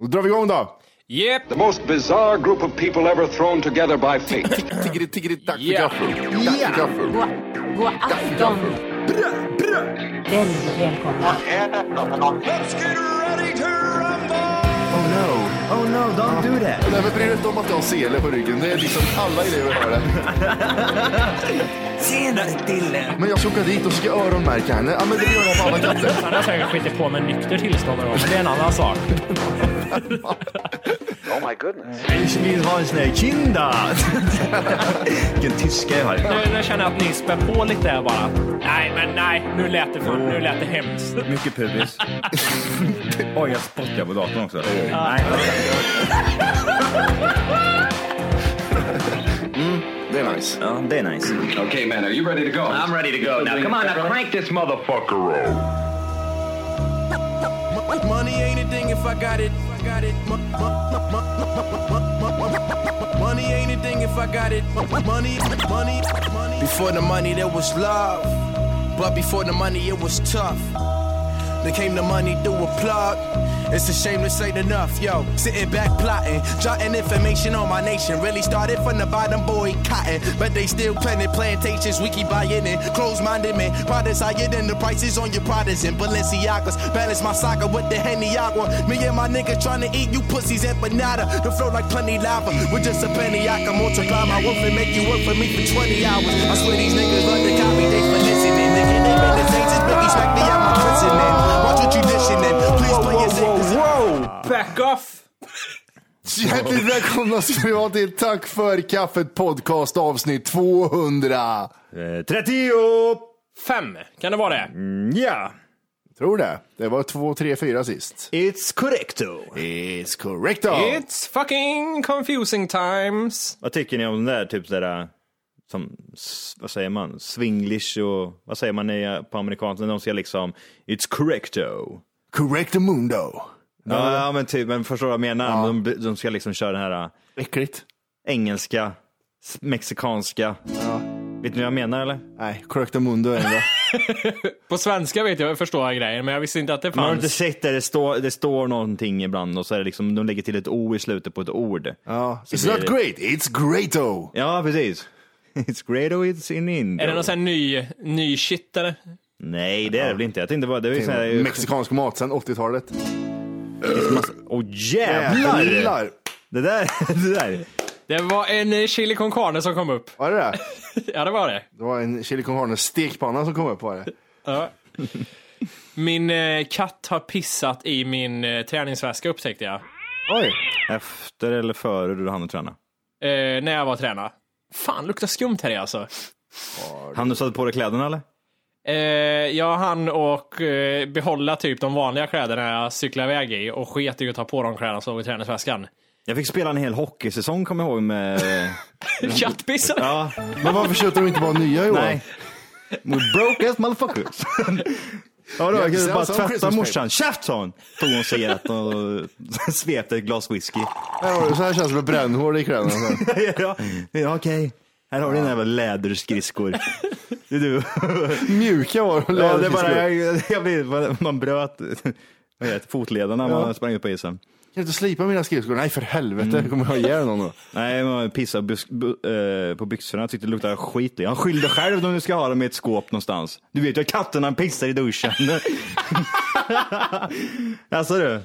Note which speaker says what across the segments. Speaker 1: Då drar vi igång då!
Speaker 2: Yep.
Speaker 3: The most bizarre group of people ever thrown together by fate.
Speaker 1: Tiggeri, tiggeri, tack för
Speaker 2: Ja.
Speaker 1: gaffel. Tack för gaffel.
Speaker 4: God, god afton. Väldigt välkomna.
Speaker 5: Oh no, oh no, don't do that.
Speaker 1: Nej, men bry dig inte om att jag har sele på ryggen. Det är liksom alla elever har det.
Speaker 5: Tjena Dille!
Speaker 1: Men jag ska åka dit och ska öronmärka henne. Ja, men det gör jag på alla katter.
Speaker 6: Han har säkert skitit på med nykter tillstånd någon gång, men det är en annan sak.
Speaker 5: Ich vill ha en sån här kinda! Vilken tyska jag har.
Speaker 6: Nu, nu känner jag att ni spär på lite här bara. Nej, men nej. Nu lät det, för, nu lät det hemskt.
Speaker 5: Mycket pubis. Oj, jag spottar på datorn också. Nej.
Speaker 1: Det är nice.
Speaker 5: Ja, det är nice.
Speaker 3: okay, man, are you ready to go? I'm ready to go. Now, come on, now crank this motherfucker up.
Speaker 7: Money ain't a thing if I got it. I got it. Mo- mo- mo- mo- mo- mo- Money ain't a thing if I got it. Mo- Money, money, money. Before the money, there was love. But before the money, it was tough. Then came the money through a plug. It's a shame this ain't enough, yo. Sitting back plotting, jotting information on my nation. Really started from the bottom, boy, cotton. But they still planting plantations, we keep buying it. Closed minded men, products higher than the prices on your products in Balenciagas. Balance my soccer with the Henny Agua. Me and my niggas trying to eat you pussies empanada. The flow like plenty lava. With just a penny, I can multiply my worth and make you work for me for 20 hours. I swear these niggas love to copy, they for listening. Nigga, they been the same since Biggie smacked me out my prison. man. Watch what you dishing in. Please play your safe. 'cause
Speaker 2: Back off!
Speaker 1: Hjärtligt välkomna ska ni vara till Tack för kaffet podcast avsnitt 200.
Speaker 5: Eh, 30!
Speaker 2: Fem, kan det vara det?
Speaker 5: Ja,
Speaker 1: Tror det. Det var 2, 3, 4 sist.
Speaker 5: it's correcto.
Speaker 1: It's correct då.
Speaker 2: It's fucking confusing times.
Speaker 5: Vad tycker ni om den där, typ sådär, som, s- vad säger man, swinglish och, vad säger man i- på amerikanskt när de ska liksom, it's correcto.
Speaker 1: Correct the mundo.
Speaker 5: Ja, ja, men typ, men förstår du vad jag menar? De, de ska liksom köra den här
Speaker 1: Äckligt.
Speaker 5: engelska, s- mexikanska. Vet ni vad jag menar eller?
Speaker 1: Nej, correct the mundo är det.
Speaker 2: På svenska vet jag, jag förstår jag grejen, men jag visste inte att det
Speaker 5: Man har inte
Speaker 2: fanns.
Speaker 5: sett det, det står, det står någonting ibland och så är det liksom, de lägger till ett o i slutet på ett ord.
Speaker 1: Ja.
Speaker 5: Så
Speaker 1: It's
Speaker 5: blir
Speaker 1: not
Speaker 5: det-
Speaker 1: great, it's greato.
Speaker 5: Ja, precis. It's great oh it's in Indo.
Speaker 2: Är det någon sån här ny, ny shit eller?
Speaker 5: Nej, det är det väl inte. Jag tänkte bara, det är ju sån här...
Speaker 1: Mexikansk mat sedan 80-talet.
Speaker 5: Åh jävlar!
Speaker 1: Jävlar.
Speaker 5: Det där, det där.
Speaker 2: Det var en eh, chili con carne som kom upp.
Speaker 1: Var det det?
Speaker 2: Ja, det var det.
Speaker 1: Det var en chili con carne stekpanna som kom upp var det.
Speaker 2: Ja. Min eh, katt har pissat i min eh, träningsväska upptäckte jag.
Speaker 1: Oj.
Speaker 5: Efter eller före du hann träna?
Speaker 2: Eh, när jag var och tränade. Fan, luktar skumt här i alltså.
Speaker 5: Hann du sätta på dig kläderna eller?
Speaker 2: Eh, jag hann och eh, behålla typ de vanliga kläderna jag cyklade iväg i och sket i att ta på de kläderna som låg i träningsväskan.
Speaker 5: Jag fick spela en hel hockeysäsong kommer jag ihåg med...
Speaker 2: Kattpissar!
Speaker 5: Ja,
Speaker 1: Men varför köpte de inte bara nya Johan?
Speaker 5: nej. We broke as motherfuckers. ja, då, jag kunde
Speaker 1: Yes,
Speaker 5: bara
Speaker 1: some Christmas
Speaker 5: tvätta
Speaker 1: paper.
Speaker 5: morsan. Käft sa hon! Tog hon cigaretten och svepte ett glas whisky.
Speaker 1: Här har du- Så här känns det med brännhål i kläderna.
Speaker 5: ja, ja, okej. Här har du dina jävla läderskridskor. Det är du.
Speaker 1: Mjuka var de.
Speaker 5: Ja, det är bara, jag, jag blir, man bröt vad heter det, fotlederna när man sprang ut på isen.
Speaker 1: Kan du inte slipa mina skridskor? Nej för helvete,
Speaker 5: Mm.
Speaker 1: kommer jag ihjäl någon då?
Speaker 5: Nej, man pissade bus, bu, eh, på byxorna. Jag tyckte det luktade skit. Han skyllde själv om du ska ha dem i ett skåp någonstans. Du vet ju att katterna pissar i duschen. alltså du.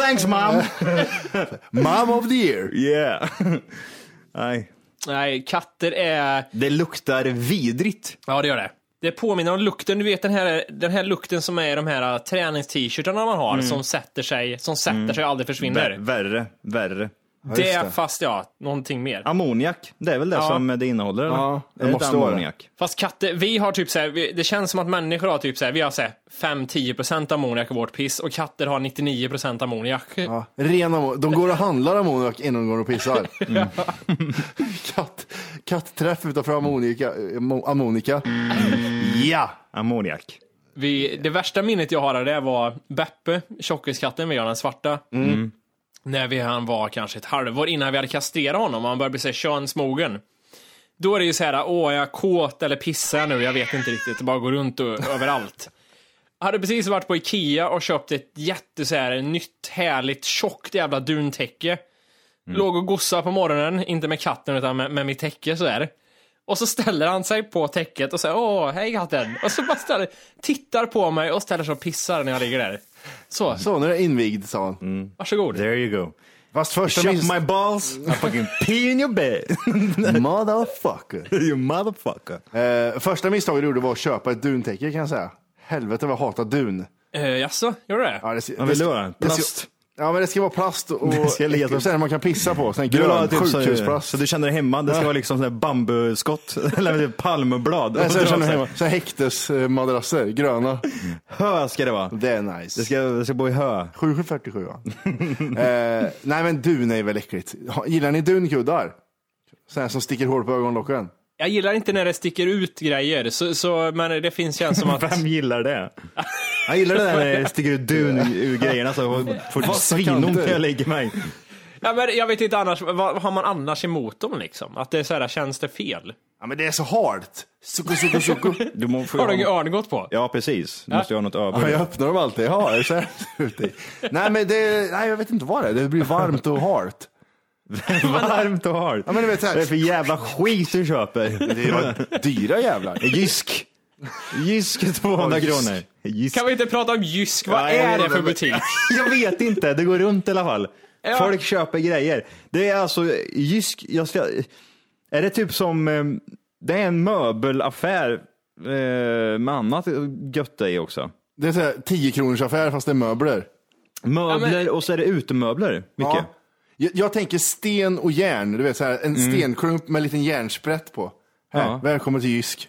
Speaker 5: Thanks mom!
Speaker 1: Mom of the year!
Speaker 5: Yeah. Nej.
Speaker 2: Nej, katter är...
Speaker 5: Det luktar vidrigt.
Speaker 2: Ja, det gör det. Det påminner om lukten, du vet den här, den här lukten som är i de här eh, träningst-shirtarna man
Speaker 1: Mm.
Speaker 2: har som sätter sig, som sätter sig och aldrig försvinner.
Speaker 5: Vär, värre, värre.
Speaker 2: det,
Speaker 1: just det.
Speaker 2: fast ja, någonting mer.
Speaker 5: Ammoniak, det är väl det som det innehåller? Eller?
Speaker 1: Ja, det
Speaker 5: är inte
Speaker 1: måste vara det.
Speaker 5: ammoniak.
Speaker 2: Fast katter, vi har typ såhär, vi- det känns som att människor har typ såhär, vi har såhär 5-10% ammoniak i vårt piss och katter har 99% ammoniak.
Speaker 1: Ja, ren ammo- De går och handlar ammoniak innan de går och pissar.
Speaker 5: Mm.
Speaker 1: Katt, kattträff utanför ammonika. ammonika.
Speaker 5: Ja, ammoniak.
Speaker 2: Vi, det värsta minnet jag har av det var Beppe, tjockiskatten vi har, den svarta. När vi, han var kanske ett halvår innan vi hade kastrerat honom och han började bli så här könsmogen. Då är det ju så här, åh, är jag kåt eller pissar jag nu? Jag vet inte riktigt, det bara går runt och, överallt. hade precis varit på Ikea och köpt ett jätte så här, nytt härligt tjockt jävla duntäcke. Låg och gossade på morgonen, inte med katten utan med, med mitt täcke så här. Och så ställer han sig på täcket och säger åh, hej katten. Och så bara ställer, tittar på mig och ställer sig och pissar när jag ligger där. Så,
Speaker 1: Så, nu är det invigd, sa han.
Speaker 5: Mm.
Speaker 2: varsågod.
Speaker 5: There you go.
Speaker 1: Fast först och
Speaker 5: Shut
Speaker 1: minst...
Speaker 5: my balls, I fucking pee in your bed.
Speaker 1: Motherfucker.
Speaker 5: you motherfucker.
Speaker 1: Eh, första misstaget du gjorde var att köpa ett duntäcke kan jag säga. Helvete vad jag hatar dun.
Speaker 2: Eh, jaså, gör du det?
Speaker 1: Ja, det,
Speaker 5: Vad vill du ha? Plast?
Speaker 1: Ja men det ska vara plast och
Speaker 5: Det ska ligga som-
Speaker 1: sen man kan pissa på. Sen
Speaker 5: Du vill ha
Speaker 1: grön
Speaker 5: typ så,
Speaker 1: sjukhusplast.
Speaker 5: så du känner dig hemma, det ska
Speaker 1: Ja.
Speaker 5: vara liksom sån där bambuskott, eller typ palmblad.
Speaker 1: Nej,
Speaker 5: Och
Speaker 1: sen
Speaker 5: dra
Speaker 1: känner jag
Speaker 5: så här,
Speaker 1: hemma. Sen häktesmadrasser, gröna.
Speaker 5: Hö ska det vara.
Speaker 1: Det är nice.
Speaker 5: Det ska, det ska bo i hö.
Speaker 1: 747 ja. eh, nej men dun är väl äckligt. Ha- Gillar ni dunkuddar? Sådana som sticker hål på ögonlocken.
Speaker 2: Jag gillar inte när det sticker ut grejer, så, så, men det finns känns som att...
Speaker 5: Vem gillar det? Jag gillar det där när det sticker ut dun ur grejerna så får det
Speaker 1: Vassa
Speaker 5: svinont
Speaker 1: kanter.
Speaker 5: när jag lägger mig.
Speaker 2: Ja, men jag vet inte annars, vad, vad har man annars emot dem liksom? Att det är så här, känns det fel?
Speaker 1: Ja men det är så hårt. Suku, suku, suku.
Speaker 5: Du må, får,
Speaker 2: Har du ingen örn gått på?
Speaker 5: Ja precis, du måste ju ha något
Speaker 1: Ja,
Speaker 5: över.
Speaker 1: jag öppnar dem alltid. Ja, det är så här uti. Nej men det, nej jag vet inte vad det är. Det blir varmt och hårt.
Speaker 5: Varmt och hårt.
Speaker 1: Ja, men du vet så här.
Speaker 5: Vad är det för jävla skit du köper?
Speaker 1: Det var dyra jävlar.
Speaker 5: Jysk! Jysk 200
Speaker 1: Oj.
Speaker 5: kronor. Jysk.
Speaker 2: Kan vi inte prata om Jysk? Vad
Speaker 5: Ja, jag
Speaker 2: är
Speaker 5: vet
Speaker 2: det för
Speaker 5: inte.
Speaker 2: butik?
Speaker 5: Jag vet inte, det går runt i alla fall.
Speaker 2: Ja.
Speaker 5: Folk köper grejer. Det är alltså Jysk, jag ska, är det typ som, eh, det är en möbelaffär eh, med annat gött i också.
Speaker 1: Det är så här 10 kronors affär fast det är möbler.
Speaker 5: Möbler
Speaker 2: Ja, men-
Speaker 5: och så är det utemöbler, Micke.
Speaker 1: Ja. Jag, jag tänker sten och järn, du vet så här, en stenklump med en liten järnsprätt på. Här,
Speaker 5: Ja.
Speaker 1: Välkommen till Jysk.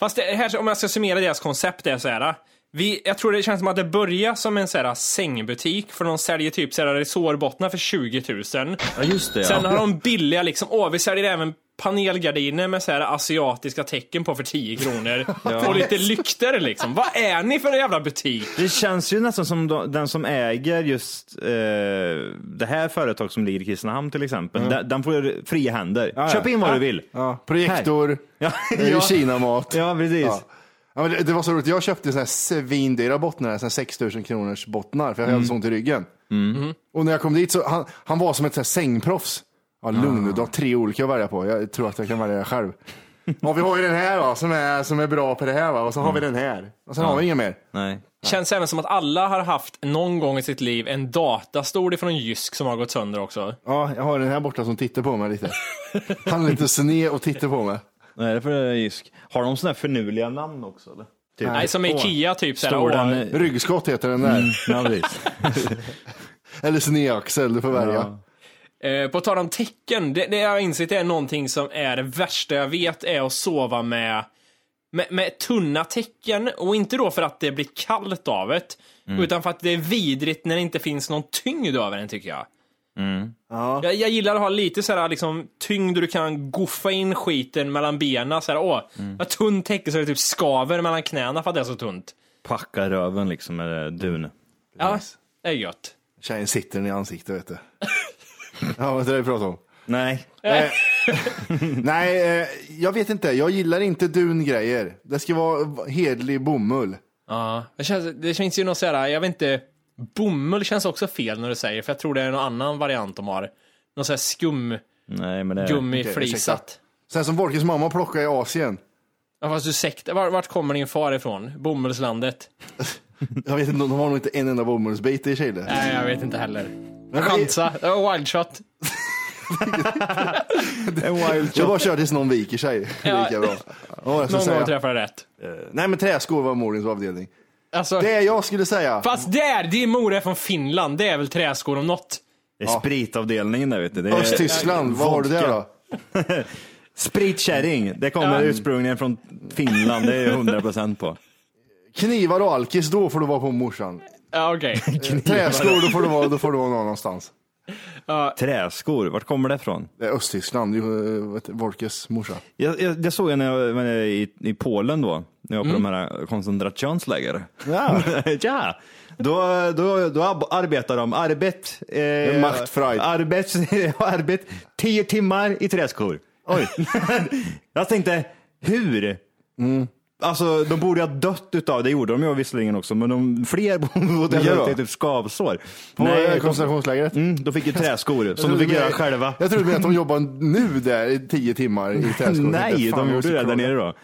Speaker 2: Fast det här, om jag ska summera deras koncept, det är så här. äh, Vi, jag tror det känns som att det börjar som en så här äh, sängbutik, för de säljer typ så här resårbottnar för 20 000.
Speaker 5: Ja, just det.
Speaker 2: Sen har de billiga liksom, åh vi säljer även panelgardiner med så här äh, asiatiska tecken på för 10 kronor. Och lite lykter liksom. Vad är ni för en jävla butik?
Speaker 5: Det känns ju nästan som de, den som äger just eh, det här företaget som ligger i Kristinehamn till exempel. Den, den får fria händer. Köp in vad du vill.
Speaker 1: Ja. Projektor,
Speaker 5: Ja,
Speaker 1: eh,
Speaker 5: ja.
Speaker 1: Kinamat.
Speaker 5: Ja, precis.
Speaker 1: Ja. Ja, men det, det var så roligt, jag köpte såna här svindyra bottnar, såna här 6000 kronors bottnar, för jag hade så ont i ryggen. Och när jag kom dit så, han, han var som ett så här sängproffs. Ja, lugn nu, du har tre olika att välja på. Jag tror att jag kan välja det själv. Ja, vi har ju den här va, som, är, som är bra på det här va, och så har vi den här. Och sen har vi ingen mer.
Speaker 5: Nej.
Speaker 2: Känns även som att alla har haft någon gång i sitt liv en datastol ifrån Jysk som har gått sönder också.
Speaker 1: Ja, jag har den här borta som tittar på mig lite. Han är lite sned och tittar på mig.
Speaker 5: Nej, det är för Jysk. Har de sådana här förnuliga namn också? Eller? Typ.
Speaker 2: Nej, som Ikea typ. Så här,
Speaker 5: Står
Speaker 2: åh,
Speaker 5: den... eh,
Speaker 1: Ryggskott heter den där.
Speaker 5: Ja, precis.
Speaker 1: Eller snedaxel, du får välja.
Speaker 2: Eh, på tal om tecken, det, det jag har insett är någonting som är det värsta jag vet är att sova med, med, med tunna tecken. Och inte då för att det blir kallt av det, utan för att det är vidrigt när det inte finns någon tyngd över den tycker jag. Jag, jag gillar att ha lite så här, liksom, tyngd och du kan goffa in skiten mellan benen. Så här, åh, vad tunn täcke så det typ skaver mellan knäna för att det är så tunt.
Speaker 5: Packa röven liksom med eh, dun.
Speaker 2: Ja, det är gött.
Speaker 1: Tjejen sitter den i ansiktet, vet du. Ja, vad är det vi pratar om?
Speaker 5: Nej.
Speaker 1: Eh, Nej, eh, jag vet inte. Jag gillar inte dungrejer. Det ska vara hedlig bomull.
Speaker 2: Ja, det känns, det finns ju något sådär, jag vet inte, bomull känns också fel när du säger, för jag tror det är någon annan variant de har. Någon sån här skumgummiflisat.
Speaker 5: Nej, men det är...
Speaker 1: Eh, Sen som Volkes mamma plockade i Asien.
Speaker 2: Ja, fast du sekta, var, vart kommer din far ifrån? Bomullslandet?
Speaker 1: Jag vet inte, de har nog inte en enda bomullsbit i Chile.
Speaker 2: Nej, jag vet inte heller. Chansa, det var wild shot.
Speaker 5: En wild
Speaker 1: Jag bara kör tills någon viker sig.
Speaker 2: Ja.
Speaker 1: Lika bra. Ja, jag ska
Speaker 2: Någon gång
Speaker 1: säga.
Speaker 2: träffade jag rätt.
Speaker 1: Nej, men träskor var Morins avdelning.
Speaker 2: Alltså,
Speaker 1: Det jag skulle säga.
Speaker 2: fast där, din mor är från Finland, det är väl träskor om något?
Speaker 5: Det är spritavdelningen där vet du. Det är...
Speaker 1: Östtyskland, Eh, vad har du där då?
Speaker 5: Spritkärring, det kommer ursprungligen från Finland, det är jag 100% på.
Speaker 1: Knivar och alkis, då får du vara på morsan.
Speaker 2: Ja, okej.
Speaker 1: Träskor, då får du vara, då får du vara någon annanstans.
Speaker 5: Träskor, vart kommer det ifrån?
Speaker 1: Det är Östtyskland, det är ju, eh, vet du, Volkes morsa.
Speaker 5: Jag, jag, jag såg henne när jag var nere i, i Polen då, när jag var på de här koncentrationsläger.
Speaker 1: Mm. Ja.
Speaker 5: ja. Då, då, då ab- arbetar de, arbet, eh,
Speaker 1: Macht frei.
Speaker 5: arbet, arbet, tio
Speaker 1: Mm.
Speaker 5: timmar i träskor. Oj. jag tänkte, hur? Alltså de borde ha dött utav, det gjorde de ju visserligen också, men de, fler borde ha
Speaker 1: Ja.
Speaker 5: dött i typ skavsår. På
Speaker 1: Nej,
Speaker 5: de,
Speaker 1: eh, koncentrationslägret.
Speaker 5: mm, de fick ju träskor som
Speaker 1: Jag
Speaker 5: de fick
Speaker 1: trodde
Speaker 5: göra
Speaker 1: mer-
Speaker 5: själva.
Speaker 1: Jag trodde mer att de jobbar nu där i tio timmar i träskor.
Speaker 5: Nej, de gjorde det där nere då.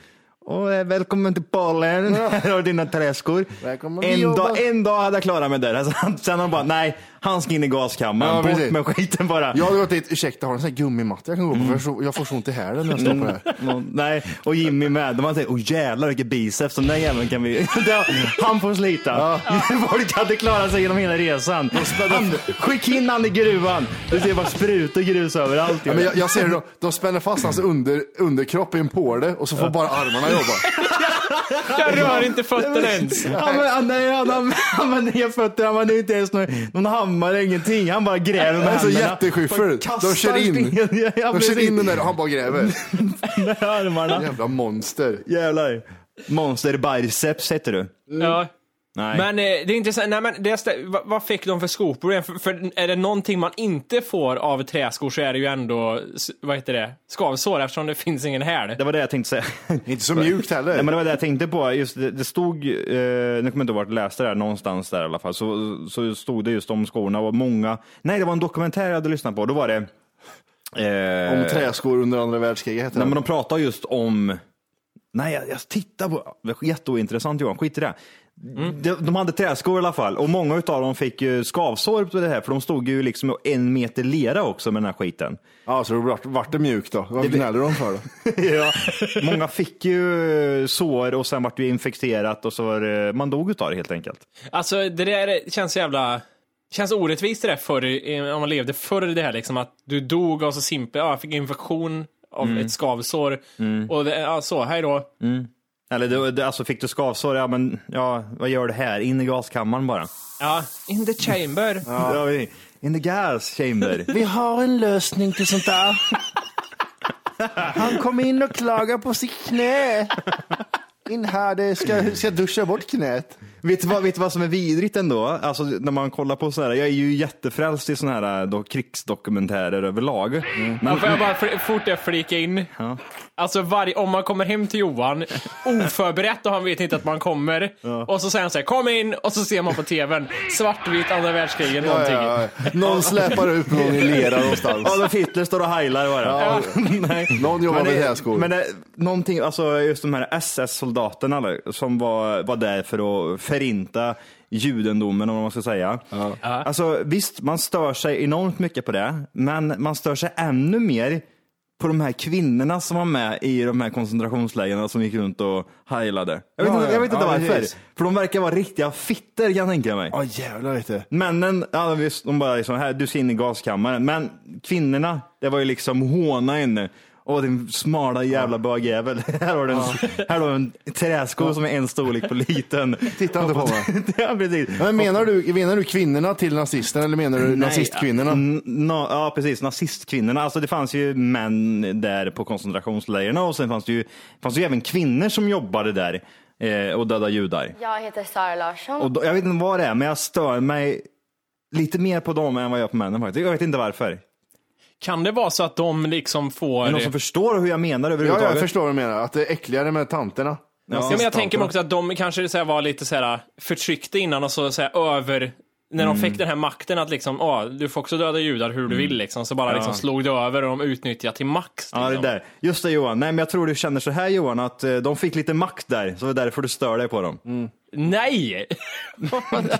Speaker 5: Och eh, välkommen till Polen, här har du dina träskor.
Speaker 1: Välkommen. Vi
Speaker 5: En dag,
Speaker 1: jobbar-
Speaker 5: en dag hade jag klarat mig där. Alltså, han- sen han bara, nej, han ska in i gaskammaren.
Speaker 1: Ja,
Speaker 5: Bort
Speaker 1: precis.
Speaker 5: med skiten bara.
Speaker 1: Jag hade gått dit, ursäkta har du en sån här gummimatta jag kan gå på? För jag får- jag får så ont i hälen när jag står på det här.
Speaker 5: Mm, Nej, och Jimmy med. De hade sagt, åh jävlar vilken biceps, den där jäveln kan vi... Ja, han får slita. Folk hade klarat sig genom hela resan. Han, skick in han i gruvan. Du ser bara sprut och grus överallt.
Speaker 1: Ja, men jag, jag ser hur de, de spänner fast hans under, underkropp i en påle och så får bara armarna jobba.
Speaker 2: Jag rör inte fötterna
Speaker 5: Mm.
Speaker 2: ens.
Speaker 5: Han, han, nej, han, han, han var ner fötter, han var inte ens någon, någon hammare, ingenting. Han bara gräver med
Speaker 1: Alltså
Speaker 5: händerna.
Speaker 1: jätteskyffel.
Speaker 5: Kastar
Speaker 1: De kör in.
Speaker 5: stenen- Ja, ja,
Speaker 1: De kör
Speaker 5: precis.
Speaker 1: in den där och han bara gräver.
Speaker 5: med armarna.
Speaker 1: Jävla monster.
Speaker 5: Jävlar. Monster biceps heter du.
Speaker 1: Mm.
Speaker 2: Ja.
Speaker 5: Nej.
Speaker 2: Men eh, det är intressant, nej men det är stä- vad, vad fick de för skoproblem? För, för är det någonting man inte får av träskor så är det ju ändå, s- vad heter det, skavsår eftersom det finns ingen häl.
Speaker 5: Det var det jag tänkte säga.
Speaker 1: Inte så mjukt heller.
Speaker 5: Nej, men det var det jag tänkte på. Just det, det stod, eh, nu kommer jag inte ihåg vart jag läste det här, någonstans där i alla fall, så, så stod det just om skorna och många, nej det var en dokumentär jag hade lyssnat på, då var det... eh,
Speaker 1: Om träskor under andra världskriget heter
Speaker 5: Nej, men
Speaker 1: det.
Speaker 5: de pratar just om... Nej, jag, jag tittar på... det är Jätteointressant Johan, skit i det. De, de hade träskor i alla fall och många utav dem fick ju skavsår på det här för de stod ju liksom i en meter lera också med den här skiten.
Speaker 1: Ja, så då vart, vart det mjukt då? Vad gnäller de för då?
Speaker 5: ja. Många fick ju eh, sår och sen vart det ju infekterat och så var det, man dog utav det helt enkelt.
Speaker 2: Alltså det där känns så jävla, känns orättvist det där förr, i- om man levde förr det här liksom att du dog av så simpel, ja jag fick infektion av ett skavsår och det, ja, så, hej då.
Speaker 5: Eller det, det, alltså fick du skavsår, ja men ja, vad gör du här? In i gaskammaren bara.
Speaker 2: Ja, in the chamber.
Speaker 5: Ja. In the gas chamber.
Speaker 1: Vi har en lösning till sånt där. Han kom in och klagade på sitt knä. In här, det ska, ska duscha bort knät.
Speaker 5: Vet du, vad, vet du vad som är vidrigt ändå? Alltså, när man kollar på sådana här, jag är ju jättefrälst i sådana här eh, då, krigsdokumentärer överlag. Men,
Speaker 2: Ja, får jag bara fl- fort jag flika in?
Speaker 5: Ja.
Speaker 2: Alltså varje, om man kommer hem till Johan oförberett och han vet inte att man kommer. Och så säger han såhär, kom in! Och så ser man på tvn, svartvitt, andra världskriget,
Speaker 1: Ja,
Speaker 2: någonting.
Speaker 1: ja, ja. Någon släpar upp någon i lera någonstans.
Speaker 5: Adolf Hitler står och heilar bara.
Speaker 1: Ja.
Speaker 5: Nej.
Speaker 1: Någon jobbar
Speaker 5: Men det-
Speaker 1: med träskor.
Speaker 5: Men det, någonting, alltså just de här SS-soldaterna eller, som var, var där för att förinta judendomen om man ska säga. Alltså visst, man stör sig enormt mycket på det, men man stör sig ännu mer på de här kvinnorna som var med i de här koncentrationslägren som gick runt och heilade. Jag vet
Speaker 1: Ja,
Speaker 5: inte, jag vet
Speaker 1: ja.
Speaker 5: inte
Speaker 1: Ja,
Speaker 5: varför,
Speaker 1: precis.
Speaker 5: för de verkar vara riktiga fitter kan jag tänka mig.
Speaker 1: Ja, jävlar vet du.
Speaker 5: Männen, ja, visst, de bara liksom, här, du ska in i gaskammaren. Men kvinnorna, det var ju liksom håna henne. Åh din smala jävla bögjävel. Här har du en, här har du en träsko som är en storlek på liten.
Speaker 1: Titta inte på mig.
Speaker 5: ja, precis.
Speaker 1: Men menar, du, menar du kvinnorna till nazisterna eller menar du nazistkvinnorna?
Speaker 5: N- na- ja precis, nazistkvinnorna. Alltså det fanns ju män där på koncentrationslägren och sen fanns det ju, fanns det ju även kvinnor som jobbade där eh, och dödade judar.
Speaker 8: Jag heter Sara Larsson.
Speaker 5: Och då, jag vet inte vad det är, men jag stör mig lite mer på dem än vad jag gör på männen faktiskt. Jag vet inte varför.
Speaker 2: Kan det vara så att de liksom får...
Speaker 5: Är det någon som förstår hur jag menar
Speaker 1: Ja,
Speaker 5: överhuvudtaget?
Speaker 1: jag förstår vad du menar. Att det är äckligare med tanterna.
Speaker 2: ja, men jag tänker mig också att de kanske så här var lite så här förtryckta innan och så, så här över... När de
Speaker 5: Mm.
Speaker 2: fick den här makten att liksom, ah, du får också döda judar hur du vill liksom. Så bara liksom slog det över och de utnyttjade till max.
Speaker 5: Ja,
Speaker 2: Liksom.
Speaker 5: det där. Just det Johan. Nej, men jag tror du känner så här Johan, att eh, de fick lite makt där, så det är därför du stör dig på dem.
Speaker 2: Nej!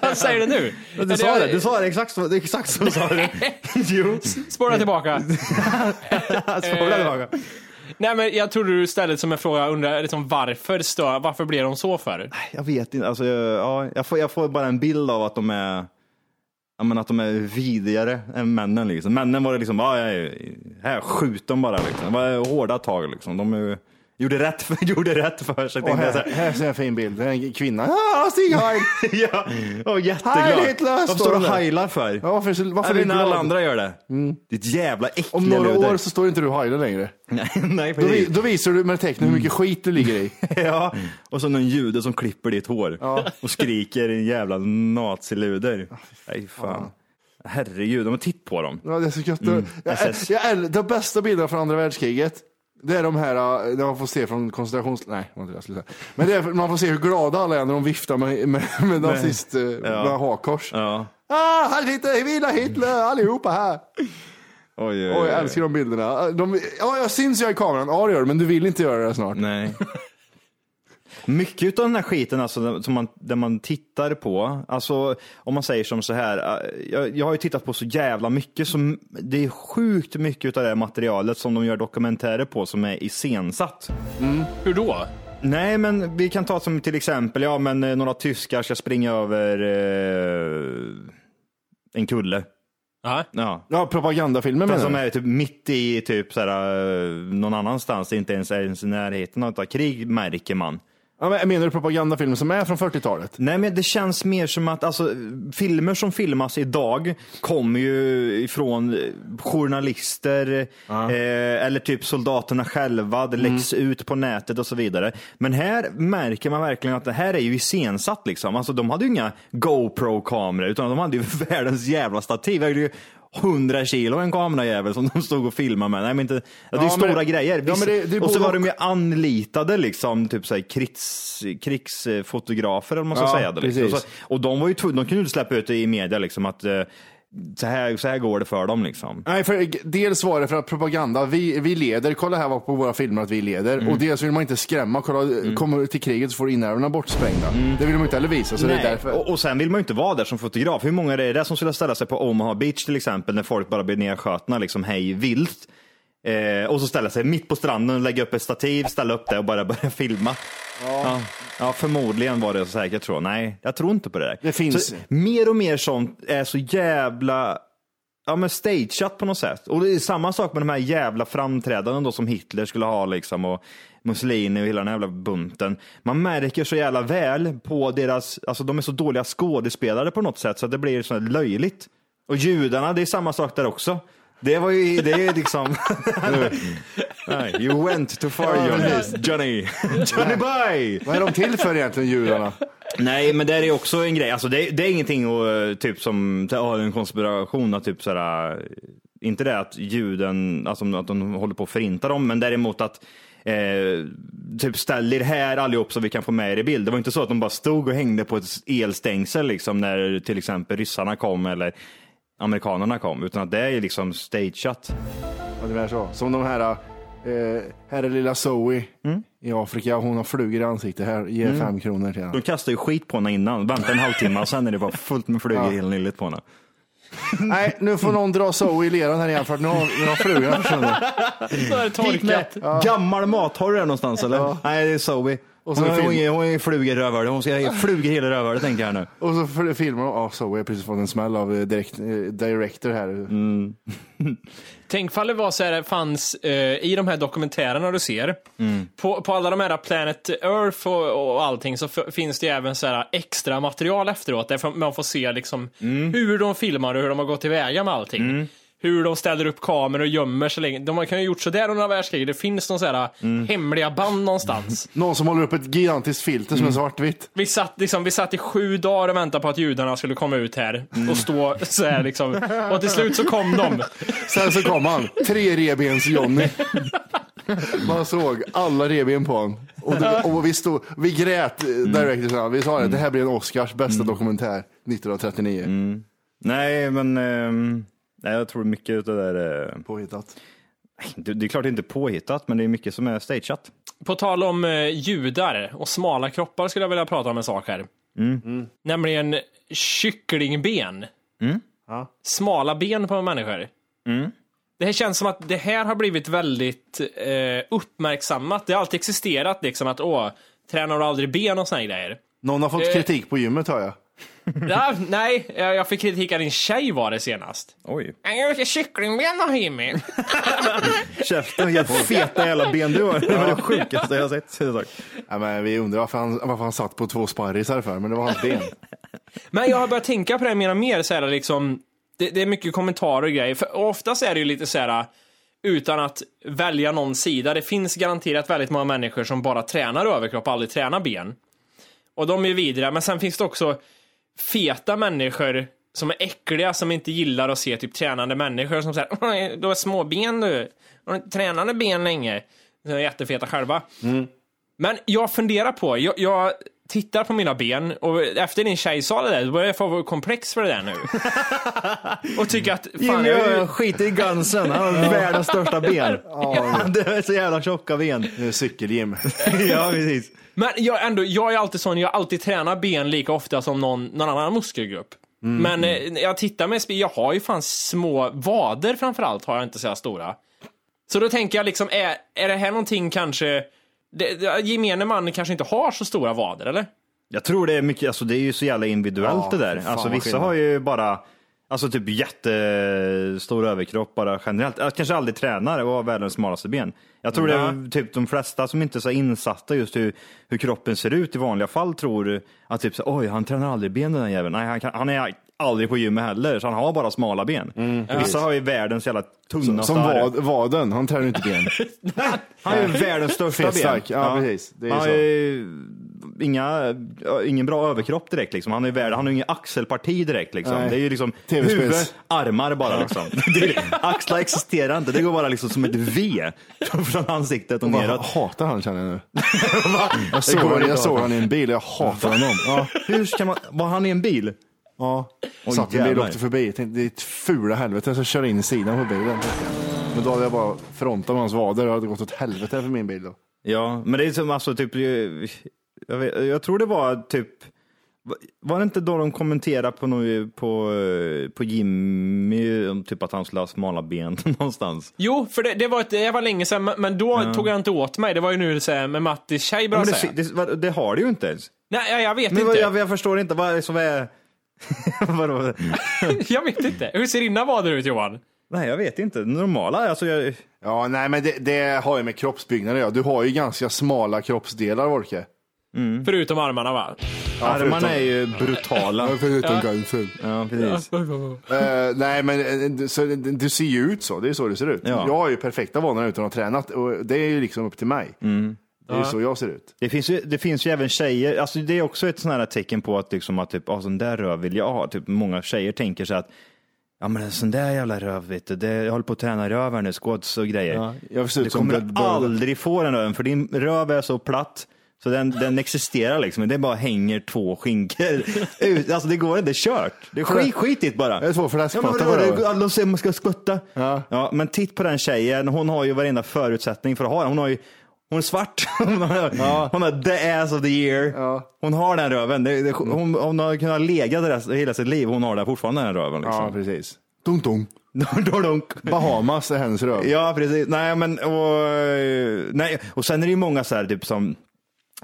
Speaker 2: Vad säger du nu?
Speaker 5: Du sa det, du sa det exakt så, det är exakt så sa du. jo.
Speaker 2: Spåra tillbaka.
Speaker 5: Spola tillbaka.
Speaker 2: Nej men jag trodde du ställde som en fråga, undrar liksom varför stör, varför blir de så för?
Speaker 5: Jag vet inte, alltså, jag- ja, jag, får, jag får bara en bild av att de är Ja, men att de är vidrigare än männen. Liksom. Männen var det liksom, ja, jag är- här skjut dem bara. Liksom. Det var hårda tag liksom. De är, ju- gjorde, rätt för, gjorde rätt för sig.
Speaker 1: Och
Speaker 5: tänkte
Speaker 1: här,
Speaker 5: jag säga.
Speaker 1: här ser jag en fin bild. Det är en kvinna. Ah, Stig Heil!
Speaker 5: ja, och
Speaker 1: Heil
Speaker 5: jätteglad.
Speaker 1: Hitler,
Speaker 5: Varför
Speaker 1: står
Speaker 5: står
Speaker 1: det
Speaker 5: du och
Speaker 1: där.
Speaker 5: heilar för?
Speaker 1: Ja, varför, varför
Speaker 5: Varför
Speaker 1: är du
Speaker 5: när alla
Speaker 1: glad?
Speaker 5: andra gör det? Ditt jävla äckliga
Speaker 1: Mm. Om några
Speaker 5: luder.
Speaker 1: år så står inte du Heil längre.
Speaker 5: Nej, nej
Speaker 1: Då, vi-
Speaker 5: precis.
Speaker 1: då visar du med tecknen hur mycket skit du ligger i.
Speaker 5: Ja. Och så någon jude som klipper ditt hår och skriker en jävla naziluder. Nej fan. Herregud, de har titt på dem.
Speaker 1: Ja, det är så gött. Jag,
Speaker 5: SS.
Speaker 1: jag, äl- de bästa bilderna från andra världskriget Det är de här, eh, det man får se från koncentrations... Nej, det var inte det jag skulle säga. Men det är, man får se hur glada alla är när de viftar med, med, med nazist... eh, Med hakkors.
Speaker 5: Ja.
Speaker 1: Ah, han sitter, Villa Hitler, allihopa här.
Speaker 5: Oj, oj,
Speaker 1: Oj, jag älskar de bilderna. Äh, De, ja, jag syns jag i kameran. Ja, det gör du, men du vill inte göra det snart.
Speaker 5: Nej. Mycket av den här skiten alltså, som man, där man tittar på, alltså, om man säger som så här, eh, jag, jag har ju tittat på så jävla mycket, som, det är sjukt mycket av det här materialet som de gör dokumentärer på som är iscensatt.
Speaker 2: Hur då?
Speaker 5: Nej, men vi kan ta som till exempel, ja men eh, några tyskar ska springa över eh, en kulle.
Speaker 2: Ja.
Speaker 5: Ja.
Speaker 1: Ja, propagandafilmer menar
Speaker 5: Som
Speaker 1: du?
Speaker 5: är typ mitt i typ så här, eh, någon annanstans, inte ens, ens i närheten av ett krig märker man.
Speaker 1: Ja, men menar du propagandafilmer som är från 40-talet?
Speaker 5: Nej, men det känns mer som att alltså, filmer som filmas idag kommer ju ifrån eh, journalister eh, eller typ soldaterna själva. Det
Speaker 1: Mm.
Speaker 5: läggs ut på nätet och så vidare. Men här märker man verkligen att det här är ju iscensatt. Liksom. Alltså, de hade ju inga GoPro-kameror utan de hade ju världens jävla stativ. Det är ju 100 kilo en kamerajävel som de stod och filmade med. Nej, men inte, ja, det är
Speaker 1: Ja,
Speaker 5: ju
Speaker 1: men
Speaker 5: stora
Speaker 1: det-
Speaker 5: grejer.
Speaker 1: ja, men det- det är
Speaker 5: och så
Speaker 1: både
Speaker 5: var
Speaker 1: och.
Speaker 5: de ju anlitade liksom, typ så här, krigs, krigsfotografer eller vad man ska
Speaker 1: Ja,
Speaker 5: säga. Det, liksom.
Speaker 1: precis.
Speaker 5: så, och de var ju tvungna, de kunde ju inte släppa ut det i media liksom att eh, så här, så här går det för dem liksom.
Speaker 1: Nej, för dels var det för att propaganda, vi, vi leder, kolla här på våra filmer att vi leder. Och dels vill man inte skrämma, kolla, kommer du till kriget så får du inälvorna bortsprängda. Det vill de inte heller visa, så det är
Speaker 5: Nej,
Speaker 1: därför.
Speaker 5: och, och sen vill man ju inte vara där som fotograf. Hur många är det där som skulle ställa sig på Omaha Beach till exempel när folk bara blir nedskjutna liksom hej vilt. Eh, och så ställa sig mitt på stranden och lägga upp ett stativ, ställa upp det och bara börja filma. Ja. Ja, förmodligen var det säkert så. Nej, jag tror inte på det där.
Speaker 1: Det finns-
Speaker 5: Så, mer och mer sånt är så jävla ja, men stageat på något sätt. Och det är samma sak med de här jävla framträdanden då som Hitler skulle ha liksom och Mussolini och hela den här jävla bunten. Man märker så jävla väl på deras, alltså de är så dåliga skådespelare på något sätt så att det blir så här löjligt. Och judarna, det är samma sak där också. Det var ju, det är ju liksom... Nej, you went too far Johnny. Johnny, Johnny boy!
Speaker 1: Vad är de till för egentligen, judarna?
Speaker 5: Nej, men det är ju också en grej. Alltså, det, det är ingenting och, eh, typ som ja, en konspiration. Att, typ, såhär, eh, inte det att juden, alltså, att de håller på att förinta dem, men däremot att eh, typ ställ er här allihop så vi kan få med er i bild. Det var inte så att de bara stod och hängde på ett elstängsel liksom, när till exempel ryssarna kom eller amerikanerna kom, utan att det är liksom stageat.
Speaker 1: Ungefär så. Som de här, eh, här är lilla Zoe i Afrika, hon har flugor i ansiktet, här, ge fem kronor till henne.
Speaker 5: De kastar ju skit på henne innan, väntar en halvtimme och sen är det bara fullt med flugor
Speaker 1: Ja.
Speaker 5: i hela nyllet på henne.
Speaker 1: Nej, nu får någon dra Zoe i leran här igen för att nu har, nu har flugorna försvunnit.
Speaker 2: Så är det torkat.
Speaker 5: Gammal mat, har du det någonstans eller? Nej, det är Zoe. Hon,
Speaker 1: så
Speaker 5: har-
Speaker 1: film-
Speaker 5: hon, är- hon är flugor i rövhålet. hon ska ha flugor i hela rövhålet tänker jag nu.
Speaker 1: Och så fil- filmar de, ja Zoe har precis fått en smäll av eh, direkt, eh, director här.
Speaker 2: Tänk ifall det var så här, fanns eh, i de här dokumentärerna du ser, på, på alla de här Planet Earth och, och allting så f- finns det ju även så här extra material efteråt där f- man får se liksom hur de filmar och hur de har gått tillväga med allting. Hur de ställer upp kameror och gömmer sig länge. De kan ju ha gjort sådär under andra världskriget. Det finns någon så här hemliga band någonstans.
Speaker 1: Någon som håller upp ett gigantiskt filter som är svartvitt.
Speaker 2: Vi satt, liksom, vi satt i sju dagar och väntade på att judarna skulle komma ut här och stå så här liksom. Och till slut så kom de.
Speaker 1: Sen så kom han, tre rebens Johnny. Man såg alla reben på honom. Och, det, och vi, stod, vi grät eh, direkt mm. Vi sa det, det här blir en Oscars bästa dokumentär 1939.
Speaker 5: Nej, men ehm, nej, jag tror mycket av det där, eh,
Speaker 1: Påhittat.
Speaker 5: det, det är klart det inte är påhittat, men det är mycket som är stageat.
Speaker 2: På tal om eh, judar och smala kroppar skulle jag vilja prata om en sak här. Nämligen kycklingben. Smala ben på människor. Det här känns som att det här har blivit väldigt eh, uppmärksammat. Det har alltid existerat liksom att åh, tränar du aldrig ben och såna här grejer?
Speaker 1: Någon har
Speaker 2: Eh.
Speaker 1: fått kritik på gymmet hör jag.
Speaker 2: Ja, nej, jag jag fick kritik av din tjej var det senast.
Speaker 5: Oj.
Speaker 2: Jag har kycklingben av Jimmy.
Speaker 5: Käften vilka feta jävla ben du har. Det var det sjukaste jag har sett. Så sagt.
Speaker 1: Nej, men vi undrar varför han, varför han satt på två sparrisar för, men det var hans ben.
Speaker 2: Men jag har börjat tänka på det här mer och mer, så här, liksom, det, det är mycket kommentarer och grejer. För oftast är det ju lite så här, utan att välja någon sida. Det finns garanterat väldigt många människor som bara tränar överkropp och aldrig tränar ben. Och de är ju vidriga, men sen finns det också feta människor som är äckliga, som inte gillar att se typ tränande människor som säger du har små ben du, har du inte tränande ben länge? De är jättefeta själva. Men jag funderar på, jag, jag tittar på mina ben och efter din tjej sa det där, då börjar jag få komplex för det där nu. och tycker att, fan, jag, är ju-
Speaker 5: skiter i Gunsen, han har världens största ben. Det är så jävla tjocka ben.
Speaker 1: Nu är det cykelgym.
Speaker 5: ja, precis.
Speaker 2: men jag, ändå, jag är alltid sån, jag alltid tränar ben lika ofta som någon, någon annan muskelgrupp.
Speaker 5: Mm,
Speaker 2: Men eh, jag tittar med spi- jag har ju fan små vader framförallt, har jag inte så här stora. Så då tänker jag liksom, är, är det här någonting kanske, det, det, gemene man kanske inte har så stora vader eller?
Speaker 5: Jag tror det är mycket, alltså det är ju så jävla individuellt
Speaker 1: Ja,
Speaker 5: det
Speaker 1: för
Speaker 5: där.
Speaker 1: fan
Speaker 5: Alltså
Speaker 1: vad
Speaker 5: vissa
Speaker 1: skillnad.
Speaker 5: har ju bara, alltså typ jättestor överkropp bara generellt. Jag kanske aldrig tränar och har världens smalaste ben. Jag tror det är typ de flesta som inte är så insatta just hur, hur kroppen ser ut i vanliga fall tror att typ så, oj han tränar aldrig ben den här jäveln. Nej han, kan, han är aldrig på gymmet heller så han har bara smala ben. Vissa har ju världens jävla tunnaste
Speaker 1: Mm. Som
Speaker 5: arm.
Speaker 1: vad, vaden, han tränar ju inte ben.
Speaker 5: Han är ju världens största ben.
Speaker 1: Fetstark, ja, precis. Det är
Speaker 5: han
Speaker 1: så.
Speaker 5: har ju inga, ja, ingen bra överkropp direkt. Liksom. Han har ju värld- han har ju ingen axelparti direkt. Liksom.
Speaker 1: Nej.
Speaker 5: Det är ju liksom
Speaker 1: TV-spels.
Speaker 5: huvud, armar bara. Liksom. Det är- Axlar existerar inte. Det går bara liksom som ett V från ansiktet och
Speaker 1: Jag
Speaker 5: neråt.
Speaker 1: hatar han känner jag nu. Jag såg, han- jag såg han i en bil och jag hatar honom.
Speaker 5: Ja, hur ska man, var han i en bil?
Speaker 1: Ja.
Speaker 5: Oj,
Speaker 1: Satt i en bil och
Speaker 5: jävlar.
Speaker 1: åkte förbi. Jag Tänkte, det är ett fula helvete. Så kör in i sidan på bilen. tänkte jag. Men då hade jag bara frontat med hans vader och det hade gått åt helvete för min bil. Då.
Speaker 5: Ja, men det är som alltså typ, jag, vet, jag tror det var typ, var det inte då de kommenterade på, nå- på, eh, på Jimmy, om typ att han skulle ha smala ben någonstans?
Speaker 2: Jo, för det, det, var ett, det var länge sedan, men- men då tog jag inte åt mig. Det var ju nu så här, med Mattis tjej
Speaker 5: Men
Speaker 2: började
Speaker 5: det,
Speaker 2: säga.
Speaker 5: det, vad- det har du ju inte ens.
Speaker 2: Nej, jag, jag vet
Speaker 5: Men vad,
Speaker 2: inte.
Speaker 5: jag,
Speaker 2: Jag,
Speaker 5: jag förstår inte, vad är det som är... Vadå?
Speaker 2: vet inte. Hur ser dina vader ut Johan?
Speaker 5: Nej, jag vet inte. Normala, alltså jag...
Speaker 1: Ja, nej, men det, det har ju med kroppsbyggnad att göra. Du har ju ganska smala kroppsdelar, Wolke.
Speaker 5: Mm.
Speaker 2: Förutom armarna va?
Speaker 5: armarna är ju brutala.
Speaker 1: Förutom gränsen.
Speaker 5: ja, precis.
Speaker 1: Eh, nej, men eh, du- så, du ser ju ut så. Det är ju så du ser ut.
Speaker 5: Ja.
Speaker 1: Jag har ju perfekta vanor utan att ha tränat och det är ju liksom upp till mig. Det är ju så jag ser ut.
Speaker 5: Det finns, ju, det finns ju även tjejer, alltså det är också ett sånt här tecken på att liksom att typ, ah, sån där röv vill jag ha. Typ många tjejer tänker så att, ja men en sån där jävla röv vet du, det, jag håller på att träna röv här nu, squats och grejer.
Speaker 1: Ja, jag ser ut
Speaker 5: du
Speaker 1: som
Speaker 5: kommer
Speaker 1: Brad Bird.
Speaker 5: aldrig få den röven, för din röv är så platt. Så den, den existerar liksom, det bara hänger två skinkor ut. Alltså det går inte, det är kört. Det är skit, skitigt bara.
Speaker 1: Det är två fläskplattor
Speaker 5: ja, men vadå,
Speaker 1: bara.
Speaker 5: det- Alla säger man ska skutta.
Speaker 1: Ja.
Speaker 5: Ja, men titt på den tjejen, hon har ju varenda förutsättning för att ha den. Hon har ju hon är svart, hon har, hon har the ass of the year.
Speaker 1: Ja.
Speaker 5: Hon har den röven. Det, det, hon, hon har kunnat lega det rest- hela sitt liv, hon har den fortfarande den röven.
Speaker 1: Ja,
Speaker 5: Liksom.
Speaker 1: precis. Dunk, dunk.
Speaker 5: Dunk-dunk.
Speaker 1: Bahamas är hennes röv.
Speaker 5: Ja, precis. Nej, men och, nej. och sen är det ju många så här typ som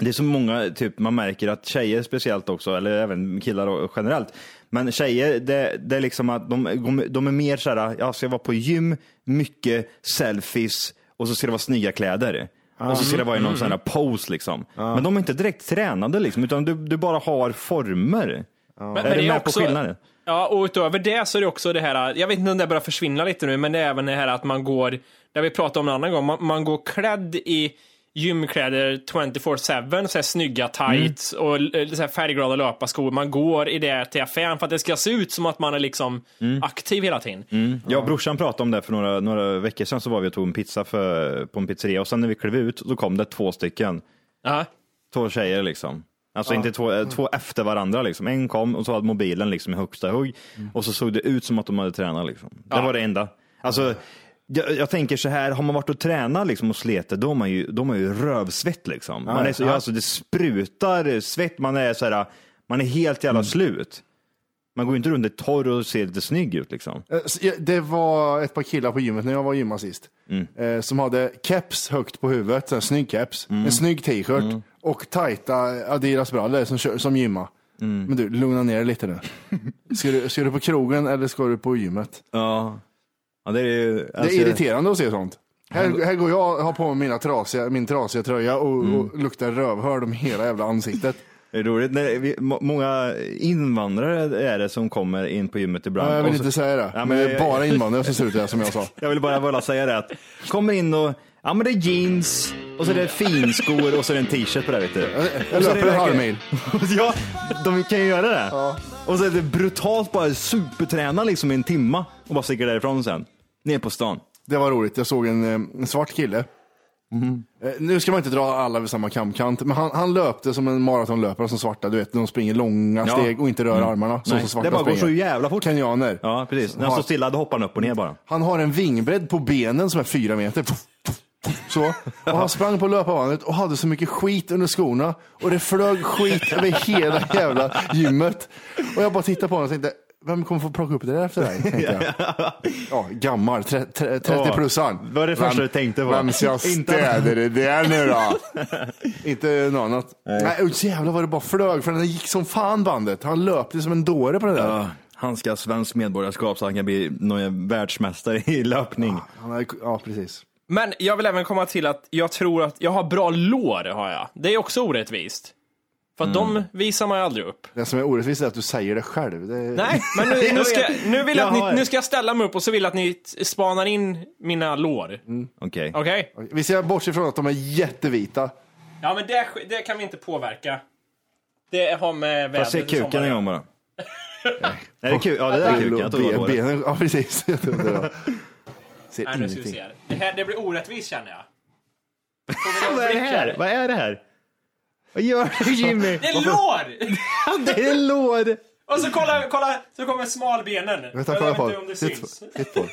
Speaker 5: det är så många, typ man märker att tjejer speciellt också, eller även killar och- generellt, men tjejer, det, det är liksom att de, de är mer så här, jag ska vara på gym, mycket selfies och så ska det vara snygga kläder. Och så ska det vara i någon sån här pose liksom. Men de är inte direkt tränade liksom, utan du, du bara har former.
Speaker 2: Men,
Speaker 5: Är
Speaker 2: men
Speaker 5: du
Speaker 2: det
Speaker 5: med på skillnaden?
Speaker 2: Ja, och utöver det så är det också det här, jag vet inte om det börjar försvinna lite nu, men det är även det här att man går, där vi pratade om en annan gång, man, man går klädd i gymkläder 24-7, så här snygga tights
Speaker 5: Mm.
Speaker 2: och eh, så här färgglada löparskor. Man går i det till affären för att det ska se ut som att man är liksom
Speaker 5: Mm.
Speaker 2: aktiv hela tiden.
Speaker 5: Ja, brorsan pratade om det för några, några veckor sedan så var vi och tog en pizza för, på en pizzeria och sen när vi klev ut så kom det två stycken,
Speaker 2: Ja.
Speaker 5: två tjejer liksom. Alltså inte två, eh, två efter varandra liksom. En kom och så hade mobilen liksom i högsta hugg och så såg det ut som att de hade tränat liksom. Det var det enda. Alltså, jag, jag tänker så här, har man varit och tränat liksom och slitit, då har man ju, då har man ju rövsvett liksom. Man är så, ja. alltså, det sprutar svett, man är så här, man är helt jävla slut. Man går ju inte runt och är torr och ser lite snygg ut liksom.
Speaker 1: Eh, s- ja, Det var ett par killar på gymmet när jag var gymma sist.
Speaker 5: Mm.
Speaker 1: eh, Som hade keps högt på huvudet, så en snygg keps,
Speaker 5: Mm.
Speaker 1: en snygg t-shirt och tajta Adidas-brallor som, kör- som gymma.
Speaker 5: Mm.
Speaker 1: Men du, lugna ner dig lite nu. Ska du, ska du på krogen eller ska du på gymmet?
Speaker 5: Ja. ja det är ju...
Speaker 1: Det är
Speaker 5: alltså-
Speaker 1: irriterande att se sånt. Här, här går jag och har på mig mina trasiga, min trasiga tröja och,
Speaker 5: Mm.
Speaker 1: och luktar rövhörd om hela jävla ansiktet.
Speaker 5: Det är roligt när vi, må- många invandrare är det som kommer in på gymmet ibland.
Speaker 1: Ja, jag vill
Speaker 5: Och så-
Speaker 1: inte säga det,
Speaker 5: Ja,
Speaker 1: men det är
Speaker 5: jag-
Speaker 1: bara invandrare som ser ut det här, som jag sa.
Speaker 5: Jag vill bara bara säga det att kommer in och, ja men det är jeans, och så är det finskor och så är det en t-shirt på det vet du.
Speaker 1: Jag
Speaker 5: Och så är det
Speaker 1: löper en halv
Speaker 5: verkligen-
Speaker 1: mil.
Speaker 5: ja, de kan ju göra det. Och så är det brutalt bara superträna liksom i en timma och bara sticker därifrån sen. Ner på stan.
Speaker 1: Det var roligt. Jag såg en, eh, en svart kille
Speaker 5: Mm-hmm.
Speaker 1: Eh, Nu ska man inte dra alla vid samma kamkant, men han, han löpte som en maratonlöpare som svarta, du vet, de springer långa
Speaker 5: Ja. Mm.
Speaker 1: steg och inte rör armarna. Så
Speaker 5: Nej,
Speaker 1: som svarta
Speaker 5: det bara går
Speaker 1: springer.
Speaker 5: så jävla fort.
Speaker 1: Kenyaner.
Speaker 5: Ja, precis. När han står stilla då hoppar han upp och ner bara.
Speaker 1: Han har en vingbredd på benen som är fyra meter. Så. Och han sprang på löparbandet och hade så mycket skit under skorna och det flög skit över hela jävla gymmet. Och jag bara tittade på honom och tänkte, vem kommer få plocka upp det där efter dig? tänkte jag. Ja, gammal, tre- tre- 30-plussaren.
Speaker 5: Vad var det första
Speaker 1: Vem-
Speaker 5: du tänkte på?
Speaker 1: Vem ska
Speaker 5: Inte-
Speaker 1: städa det där nu då? Inte något annat. Nej, och jävlar vad det bara flög, för den där gick som fan bandet. Han löpte som en dåre på det där.
Speaker 5: Han ska ha svenskt medborgarskap så han kan bli någon världsmästare i löpning.
Speaker 1: Han hade, ja, precis.
Speaker 2: Men jag vill även komma till att jag tror att jag har bra lår, har jag. Det är också orättvist. För att
Speaker 5: Mm.
Speaker 2: de visar man ju aldrig upp.
Speaker 1: Det som är orättvist är att du säger det själv. Det är...
Speaker 2: Nej, men nu, nu, ska, nu, vill jag att
Speaker 5: Jaha.
Speaker 2: ni, nu ska jag ställa mig upp och så vill jag att ni t- spanar in mina lår.
Speaker 5: Okej.
Speaker 2: Mm. Okej?
Speaker 1: Vi ser bort ifrån att de är jättevita.
Speaker 2: Ja, men det, sk- det kan vi inte påverka. Det har med
Speaker 5: Jag
Speaker 2: vädret
Speaker 5: ser
Speaker 2: och sommaren
Speaker 5: kuken
Speaker 2: att
Speaker 5: en
Speaker 2: göra.
Speaker 5: gång bara. Nej, det är kul. Ja, det där är kuken. Jag trodde det var
Speaker 1: ben,
Speaker 5: dåligt.
Speaker 1: benen, ja precis. Jag trodde det var- Ser
Speaker 2: Nej, nu ska vi
Speaker 1: ingenting.
Speaker 2: se här. Det här det blir orättvist känner jag.
Speaker 5: Vad är det här? Vad är det här? Vad gör du Jimmy?
Speaker 2: Det är lår!
Speaker 5: Det är lår!
Speaker 2: Och så kolla, kolla, så kommer smalbenen.
Speaker 1: Vänta,
Speaker 2: jag
Speaker 1: kolla
Speaker 2: vet
Speaker 1: på
Speaker 2: inte om det
Speaker 1: Titt på-
Speaker 2: syns.
Speaker 1: titt på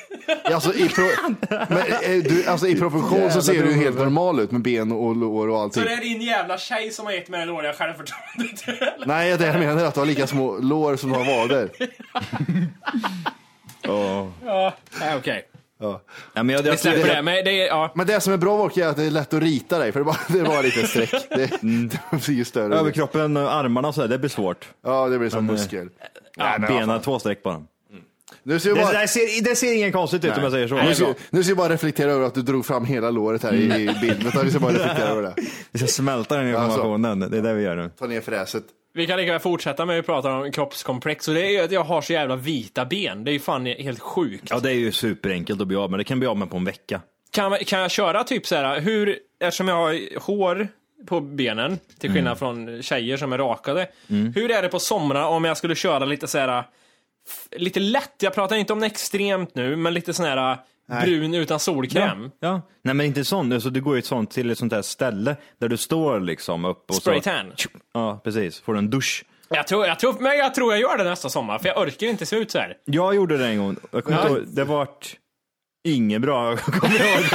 Speaker 1: alltså, i pro... men, eh, du, alltså i proportion så ser du ju helt normal ut med ben och lår och
Speaker 2: Så
Speaker 1: allting.
Speaker 2: det är din jävla tjej som har gett mig det låriga självförtroendet. eller?
Speaker 1: Nej, det jag menar är att du har lika små lår som du har vader.
Speaker 2: Nej, okej.
Speaker 5: Ja, men jag, jag,
Speaker 2: Släpp
Speaker 5: jag,
Speaker 2: det, men det är, ja.
Speaker 1: Men det som är bra Wolke är att det är lätt att rita dig, för det är bara, det är bara lite streck. Det,
Speaker 5: Mm.
Speaker 1: det blir ju större.
Speaker 5: överkroppen och armarna och sådär, det blir svårt.
Speaker 1: Ja, det blir som muskel.
Speaker 5: Ja, benen, två streck bara.
Speaker 1: Nu ser vi
Speaker 5: Det,
Speaker 1: bara...
Speaker 5: det, ser, det ser ingen konstigt ut om jag säger så.
Speaker 1: Nu ska, nu ska jag bara reflektera över att du drog fram hela låret här i i bilden. Vi ska bara reflektera över det.
Speaker 5: Vi ska smälta den
Speaker 1: Alltså.
Speaker 5: informationen, det är det vi gör nu.
Speaker 1: Ta ner fräset.
Speaker 2: Vi kan lika väl fortsätta med att prata om kroppskomplex. Och det är ju att jag har så jävla vita ben. Det är ju fan helt sjukt.
Speaker 5: Ja, det är ju superenkelt att bli av med, det kan bli av med på en vecka.
Speaker 2: Kan, kan jag köra typ så här, hur, eftersom jag har hår på benen, till skillnad
Speaker 5: Mm.
Speaker 2: från tjejer som är rakade. Hur är det på somrarna om jag skulle köra lite så här, f- lite lätt, jag pratar inte om extremt nu, men lite sån här äh, brun utan solkräm.
Speaker 5: Ja. Nej men inte sån, alltså, du går ju ett sånt, till ett sånt där ställe där du står liksom upp och
Speaker 2: Spray
Speaker 5: så.
Speaker 2: tan.
Speaker 5: Ja precis, får du en dusch.
Speaker 2: Jag tror, jag, tror, men jag tror jag gör det nästa sommar, för jag orkar inte se ut så här.
Speaker 5: Jag gjorde det en gång, jag kommer inte ihåg, det vart inget bra. Jag kommer ihåg.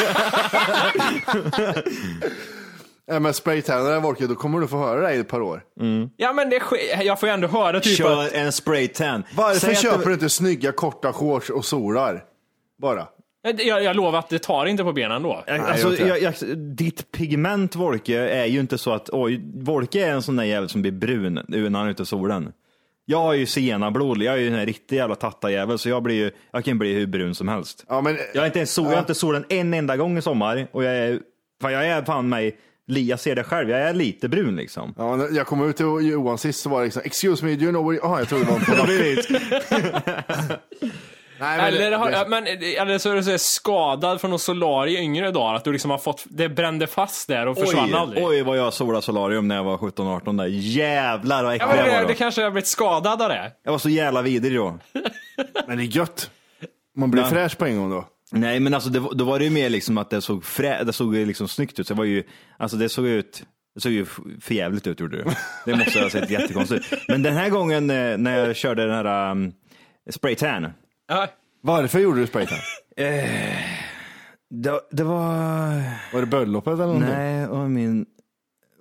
Speaker 1: Äh, men spraytannare, Wolke, då kommer du få höra det här i ett par år.
Speaker 2: Ja men det, sk- jag får ju ändå höra typ att,
Speaker 5: Kör en spraytan.
Speaker 1: Varför
Speaker 5: Säg att
Speaker 1: köper
Speaker 5: det-
Speaker 1: du inte snygga korta shorts och solar? Bara.
Speaker 2: jag, jag lovar att det tar inte på benen då.
Speaker 5: Jag-
Speaker 1: Nej, jag
Speaker 5: Alltså,
Speaker 1: vet
Speaker 5: jag, jag, ditt pigment Wolke är ju inte så att, oj, Wolke är en sån där jävel som blir brun nu när han är ute i solen. Jag har ju senablod, jag är ju en riktig jävla tattarjävel så jag, blir ju, jag kan bli hur brun som helst.
Speaker 1: Ja, men,
Speaker 5: Jag har inte ens sol, jag har inte solen en enda gång i sommar och jag är, fan, jag är fan mig, li- jag ser det själv, jag är lite brun liksom.
Speaker 1: ja, när jag kom ut till Johan sist så var det liksom, excuse me, do you know where you... Ah, jag trodde det var en polack. Nej, men,
Speaker 2: Eller, har,
Speaker 1: det,
Speaker 2: ja, men, eller så är du så här skadad från någon solarie i yngre dagar, att du liksom har fått, det brände fast där och försvann aldrig.
Speaker 5: oj vad jag solade solarium när jag var 17-18 där. Jävlar vad äcklig
Speaker 2: Ja, men,
Speaker 5: jag
Speaker 2: det,
Speaker 5: var
Speaker 2: det
Speaker 5: då.
Speaker 2: kanske har blivit skadad av det.
Speaker 5: Jag var så jävla vidrig då.
Speaker 1: men det är gött. Man blir fräsch på en gång då.
Speaker 5: Nej, men alltså det, var- då var det ju mer liksom att det såg, frä, det såg ju liksom snyggt ut. Så det, var ju, alltså det såg ut det såg ju f- förjävligt ut gjorde det. Det måste ha sett jättekonstigt ut. Men den här gången eh, när jag körde den här um, spraytan.
Speaker 2: Ja.
Speaker 1: Varför gjorde du spraytan?
Speaker 5: Det, det var...
Speaker 1: Var det bröllopet eller någonting?
Speaker 5: Nej, och min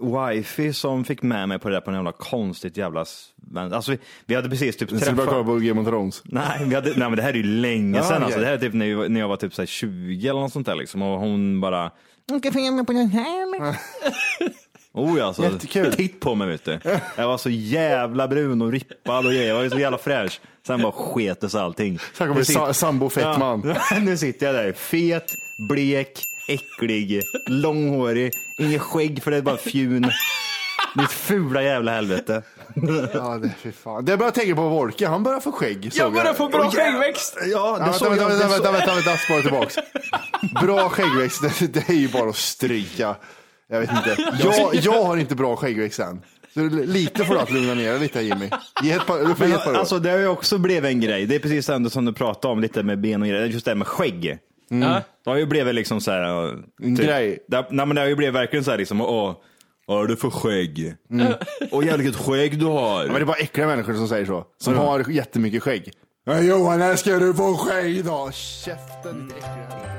Speaker 5: wifey som fick med mig på det där på en jävla konstigt jävla... sven- Alltså vi, vi hade precis typ
Speaker 1: Jag skulle bara kolla
Speaker 5: träffat...
Speaker 1: på Game of Thrones.
Speaker 5: Nej, vi hade, nej, men det här är ju länge
Speaker 1: Ja,
Speaker 5: sedan.
Speaker 1: okej.
Speaker 5: Alltså, det här är typ när, vi- när jag var typ så här 20 eller något sånt där liksom. Och hon bara... Du ska följa med på den här eller? Oh ja, alltså.
Speaker 1: Jättekul.
Speaker 5: Titt på mig vet du. Jag var så jävla brun och rippad och grejer. Jag var ju så jävla fräsch. Sen bara sketes allting.
Speaker 1: Sen
Speaker 5: Nu
Speaker 1: kommer
Speaker 5: sitter-
Speaker 1: sa- sambo Fettman.
Speaker 5: Ja, nu sitter jag där, fet, blek, äcklig, långhårig, inget skägg för det är bara fjun. Ditt fula jävla helvete.
Speaker 1: Ja, det, fy fan. det börjar jag tänka på Wolke, han börjar få skägg. såg
Speaker 2: Jag börjar få bra skäggväxt!
Speaker 5: Ja,
Speaker 1: Ja, vänta, vänta, vänta, vänta, vänta, vänta, spara tillbaks. Bra skäggväxt, det, det är ju bara att stryka. Jag vet inte. Jag, jag har inte bra skäggväxt än. Så lite får du att lugna ner dig lite Jimmy. Ge ett par, du får ge ett par
Speaker 5: Men,
Speaker 1: år.
Speaker 5: alltså, det har ju också blivit en grej. Det är precis ändå som du pratade om lite med ben och grejer. Just det här med skägg.
Speaker 2: Mm.
Speaker 5: Det har ju blivit liksom så här.
Speaker 1: En grej.
Speaker 5: Det, nej, men det har ju blivit verkligen så här liksom, åh, vad har du för skägg? Åh, jävligt vilket skägg du har.
Speaker 1: Men det är bara äckliga människor som säger så. Som har jättemycket skägg. Ja, Mm. Johan, här ska du få skägg idag. Käften, ditt äckliga.